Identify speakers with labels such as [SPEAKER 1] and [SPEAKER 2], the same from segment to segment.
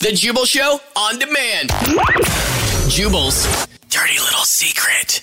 [SPEAKER 1] The Jubal Show on demand. Jubal's dirty little secret.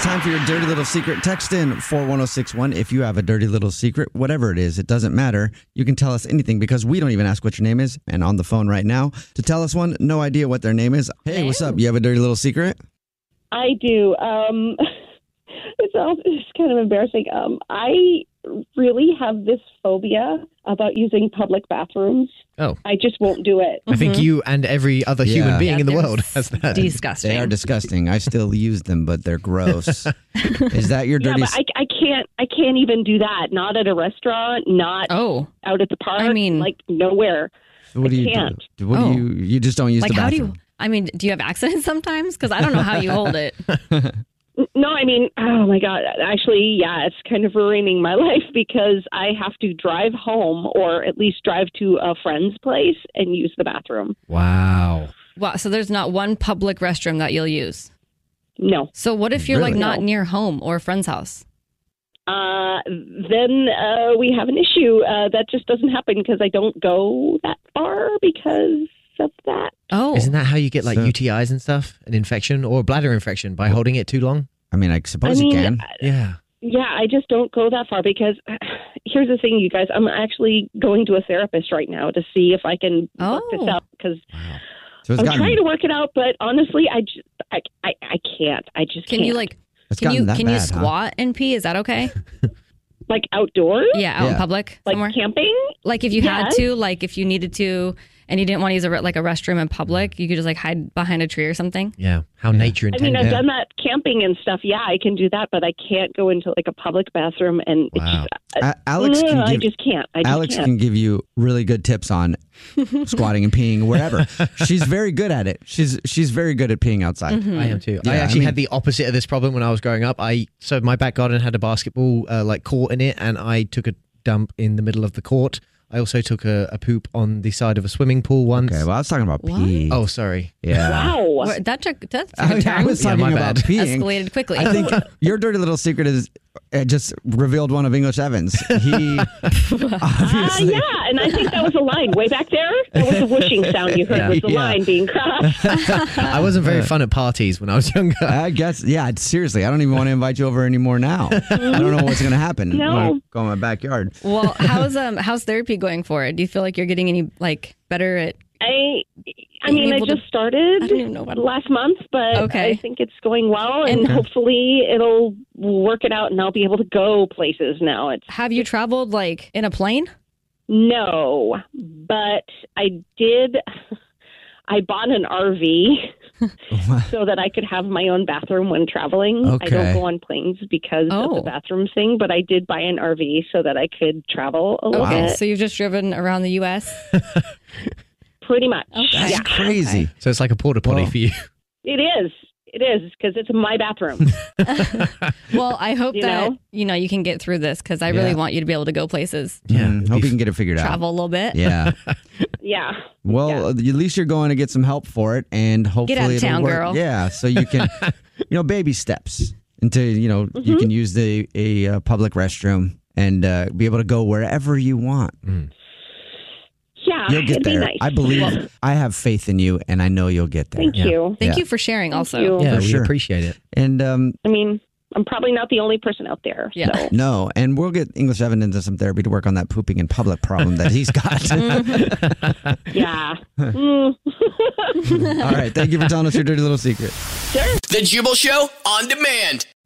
[SPEAKER 2] Time for your dirty little secret. Text in 41061 if you have a dirty little secret, whatever it is, it doesn't matter. You can tell us anything because we don't even ask what your name is. And on the phone right now to tell us one, no idea what their name is. Hey, what's up? You have a dirty little secret?
[SPEAKER 3] I do. Um, it's all it's kind of embarrassing. Um, I really have this phobia about using public bathrooms.
[SPEAKER 4] Oh.
[SPEAKER 3] I just won't do it.
[SPEAKER 4] I think you and every other
[SPEAKER 2] Yeah.
[SPEAKER 4] human being in the world has that.
[SPEAKER 5] Disgusting.
[SPEAKER 2] They are disgusting. I still use them, but they're gross. is that your
[SPEAKER 3] Yeah,
[SPEAKER 2] dirty
[SPEAKER 3] but I, I can't. I can't even do that. Not at a restaurant. Not
[SPEAKER 5] oh,
[SPEAKER 3] out at the park.
[SPEAKER 5] I mean-
[SPEAKER 3] like nowhere.
[SPEAKER 2] What do you
[SPEAKER 3] can't.
[SPEAKER 2] do? What
[SPEAKER 5] Oh.
[SPEAKER 2] do you you just don't use
[SPEAKER 5] like
[SPEAKER 2] the
[SPEAKER 5] how do
[SPEAKER 2] bathroom?
[SPEAKER 5] you? I mean, do you have accidents sometimes? Because I don't know how you hold it.
[SPEAKER 3] No, I mean, oh my God. Actually, yeah, it's kind of ruining my life because I have to drive home or at least drive to a friend's place and use the bathroom.
[SPEAKER 4] Wow.
[SPEAKER 5] Wow. So there's not one public restroom that you'll use.
[SPEAKER 3] No.
[SPEAKER 5] So what if you're like
[SPEAKER 2] Really?
[SPEAKER 5] not
[SPEAKER 3] No.
[SPEAKER 5] near home or a friend's house?
[SPEAKER 3] Uh, then uh, we have an issue. Uh, that just doesn't happen because I don't go that far because of that.
[SPEAKER 5] Oh,
[SPEAKER 4] Isn't that how you get like
[SPEAKER 2] So-
[SPEAKER 4] UTIs and stuff? An infection or a bladder infection by holding it too long?
[SPEAKER 2] I mean, I suppose
[SPEAKER 3] I mean, uh,
[SPEAKER 2] you can.
[SPEAKER 4] Yeah.
[SPEAKER 3] Yeah, I just don't go that far because here's the thing, you guys. I'm actually going to a therapist right now to see if I can work
[SPEAKER 5] Oh.
[SPEAKER 3] this out because
[SPEAKER 2] So it's
[SPEAKER 3] I'm
[SPEAKER 2] gotten,
[SPEAKER 3] trying to work it out, but honestly, I just I, I, I can't. I just
[SPEAKER 5] can
[SPEAKER 3] can't.
[SPEAKER 5] you like?
[SPEAKER 2] it's
[SPEAKER 5] Can
[SPEAKER 2] gotten
[SPEAKER 5] you
[SPEAKER 2] that
[SPEAKER 5] can
[SPEAKER 2] bad,
[SPEAKER 5] you
[SPEAKER 2] huh?
[SPEAKER 5] squat and pee? Is that okay?
[SPEAKER 3] like outdoors,
[SPEAKER 5] Yeah, out in
[SPEAKER 2] Yeah.
[SPEAKER 5] public
[SPEAKER 3] like
[SPEAKER 5] somewhere.
[SPEAKER 3] camping?
[SPEAKER 5] Like if you had
[SPEAKER 3] Yes.
[SPEAKER 5] to, like if you needed to, and you didn't want to use a re- like a restroom in public, you could just like hide behind a tree or something.
[SPEAKER 4] Yeah. How nature
[SPEAKER 3] I mean,
[SPEAKER 4] intended.
[SPEAKER 3] I've done that camping and stuff. Yeah, I can do that, but I can't go into like a public bathroom and it's
[SPEAKER 4] Wow.
[SPEAKER 3] just, uh,
[SPEAKER 2] A- Alex
[SPEAKER 3] Ugh,
[SPEAKER 2] can
[SPEAKER 3] Mm-hmm. I
[SPEAKER 2] give
[SPEAKER 3] just can't. I just
[SPEAKER 2] Alex
[SPEAKER 3] can't.
[SPEAKER 2] can give you really good tips on squatting and peeing wherever. she's very good at it. She's she's very good at peeing outside.
[SPEAKER 4] I am too.
[SPEAKER 2] Yeah,
[SPEAKER 4] I
[SPEAKER 2] I
[SPEAKER 4] actually
[SPEAKER 2] mean-
[SPEAKER 4] had the opposite of this problem when I was growing up. I so my back garden had a basketball uh, like court in it, and I took a dump in the middle of the court. I also took a, a poop on the side of a swimming pool once.
[SPEAKER 2] Okay, well, I was talking about
[SPEAKER 5] What?
[SPEAKER 2] pee.
[SPEAKER 4] oh, sorry.
[SPEAKER 2] yeah.
[SPEAKER 3] Wow. Uh,
[SPEAKER 5] Where- that took that took
[SPEAKER 2] I,
[SPEAKER 5] a
[SPEAKER 2] I
[SPEAKER 5] turn.
[SPEAKER 2] was
[SPEAKER 4] Yeah,
[SPEAKER 2] talking
[SPEAKER 4] my
[SPEAKER 2] about
[SPEAKER 4] bad.
[SPEAKER 2] peeing.
[SPEAKER 5] Escalated quickly.
[SPEAKER 2] I think your dirty little secret is uh, just revealed one of English Evans. He
[SPEAKER 3] Uh,
[SPEAKER 2] obviously
[SPEAKER 3] yeah, and I think that was a line way back there. That was a whooshing sound you heard was the
[SPEAKER 2] Yeah.
[SPEAKER 3] line being crossed.
[SPEAKER 4] I wasn't
[SPEAKER 2] Uh,
[SPEAKER 4] very fun at parties when I was younger.
[SPEAKER 2] I guess, yeah, seriously, I don't even want to invite you over anymore now. I don't know what's going to happen.
[SPEAKER 3] No.
[SPEAKER 2] I'm gonna Go in my backyard.
[SPEAKER 5] well, how's um how's therapy going for it? Do you feel like you're getting any like better at?
[SPEAKER 3] I, I
[SPEAKER 5] Being
[SPEAKER 3] mean, I
[SPEAKER 5] able to-
[SPEAKER 3] just started
[SPEAKER 5] I don't even know what-
[SPEAKER 3] last month, but
[SPEAKER 5] Okay.
[SPEAKER 3] I think it's going well, and
[SPEAKER 5] And-
[SPEAKER 3] hopefully it'll work it out, and I'll be able to go places now. It's
[SPEAKER 5] Have you traveled like in a plane?
[SPEAKER 3] no, but I did. I bought an RV so that I could have my own bathroom when traveling. I
[SPEAKER 2] Okay.
[SPEAKER 3] don't go on planes because of
[SPEAKER 5] Oh.
[SPEAKER 3] the bathroom thing, but I did buy an RV so that I could travel a little
[SPEAKER 5] Okay,
[SPEAKER 3] bit.
[SPEAKER 5] so you've just driven around the U.S.
[SPEAKER 3] Pretty much.
[SPEAKER 5] Okay.
[SPEAKER 3] Yeah.
[SPEAKER 2] Crazy.
[SPEAKER 4] So it's like a porta potty
[SPEAKER 2] Wow.
[SPEAKER 4] for you.
[SPEAKER 3] It is.
[SPEAKER 6] It is because it's my bathroom.
[SPEAKER 7] Well, I hope
[SPEAKER 6] You
[SPEAKER 7] that
[SPEAKER 6] know?
[SPEAKER 7] you know you can get through this because I really
[SPEAKER 4] Yeah.
[SPEAKER 7] want you to be able to go places,
[SPEAKER 4] Yeah,
[SPEAKER 2] Mm,
[SPEAKER 4] it'd
[SPEAKER 2] hope
[SPEAKER 4] be
[SPEAKER 2] you can get it figured out.
[SPEAKER 7] travel a little bit.
[SPEAKER 2] Yeah.
[SPEAKER 6] yeah.
[SPEAKER 2] Well,
[SPEAKER 6] Yeah.
[SPEAKER 2] at least you're going to get some help for it, and hopefully
[SPEAKER 7] out of
[SPEAKER 2] it'll
[SPEAKER 7] town,
[SPEAKER 2] work.
[SPEAKER 7] girl.
[SPEAKER 2] Yeah, so you can, you know, baby steps until you know you
[SPEAKER 6] Mm-hmm.
[SPEAKER 2] can use the a uh, public restroom and uh, be able to go wherever you want.
[SPEAKER 6] Yeah.
[SPEAKER 2] You'll get
[SPEAKER 6] Ah, it'd
[SPEAKER 2] there.
[SPEAKER 6] be nice.
[SPEAKER 2] I believe. I have faith in you, and I know you'll get there.
[SPEAKER 6] Thank you.
[SPEAKER 7] Thank
[SPEAKER 2] Yeah.
[SPEAKER 7] you for sharing. also,
[SPEAKER 6] you.
[SPEAKER 4] Yeah,
[SPEAKER 2] For
[SPEAKER 4] we
[SPEAKER 2] sure.
[SPEAKER 4] appreciate it.
[SPEAKER 2] And um,
[SPEAKER 6] I mean, I'm probably not the only person out there.
[SPEAKER 7] Yeah.
[SPEAKER 6] So.
[SPEAKER 2] no, and we'll get English Evan into some therapy to work on that pooping in public problem that he's got.
[SPEAKER 6] Mm-hmm. Yeah.
[SPEAKER 3] Hmm.
[SPEAKER 6] Mm.
[SPEAKER 2] All right, thank you for telling us your dirty little secret.
[SPEAKER 1] The Jubal Show on demand.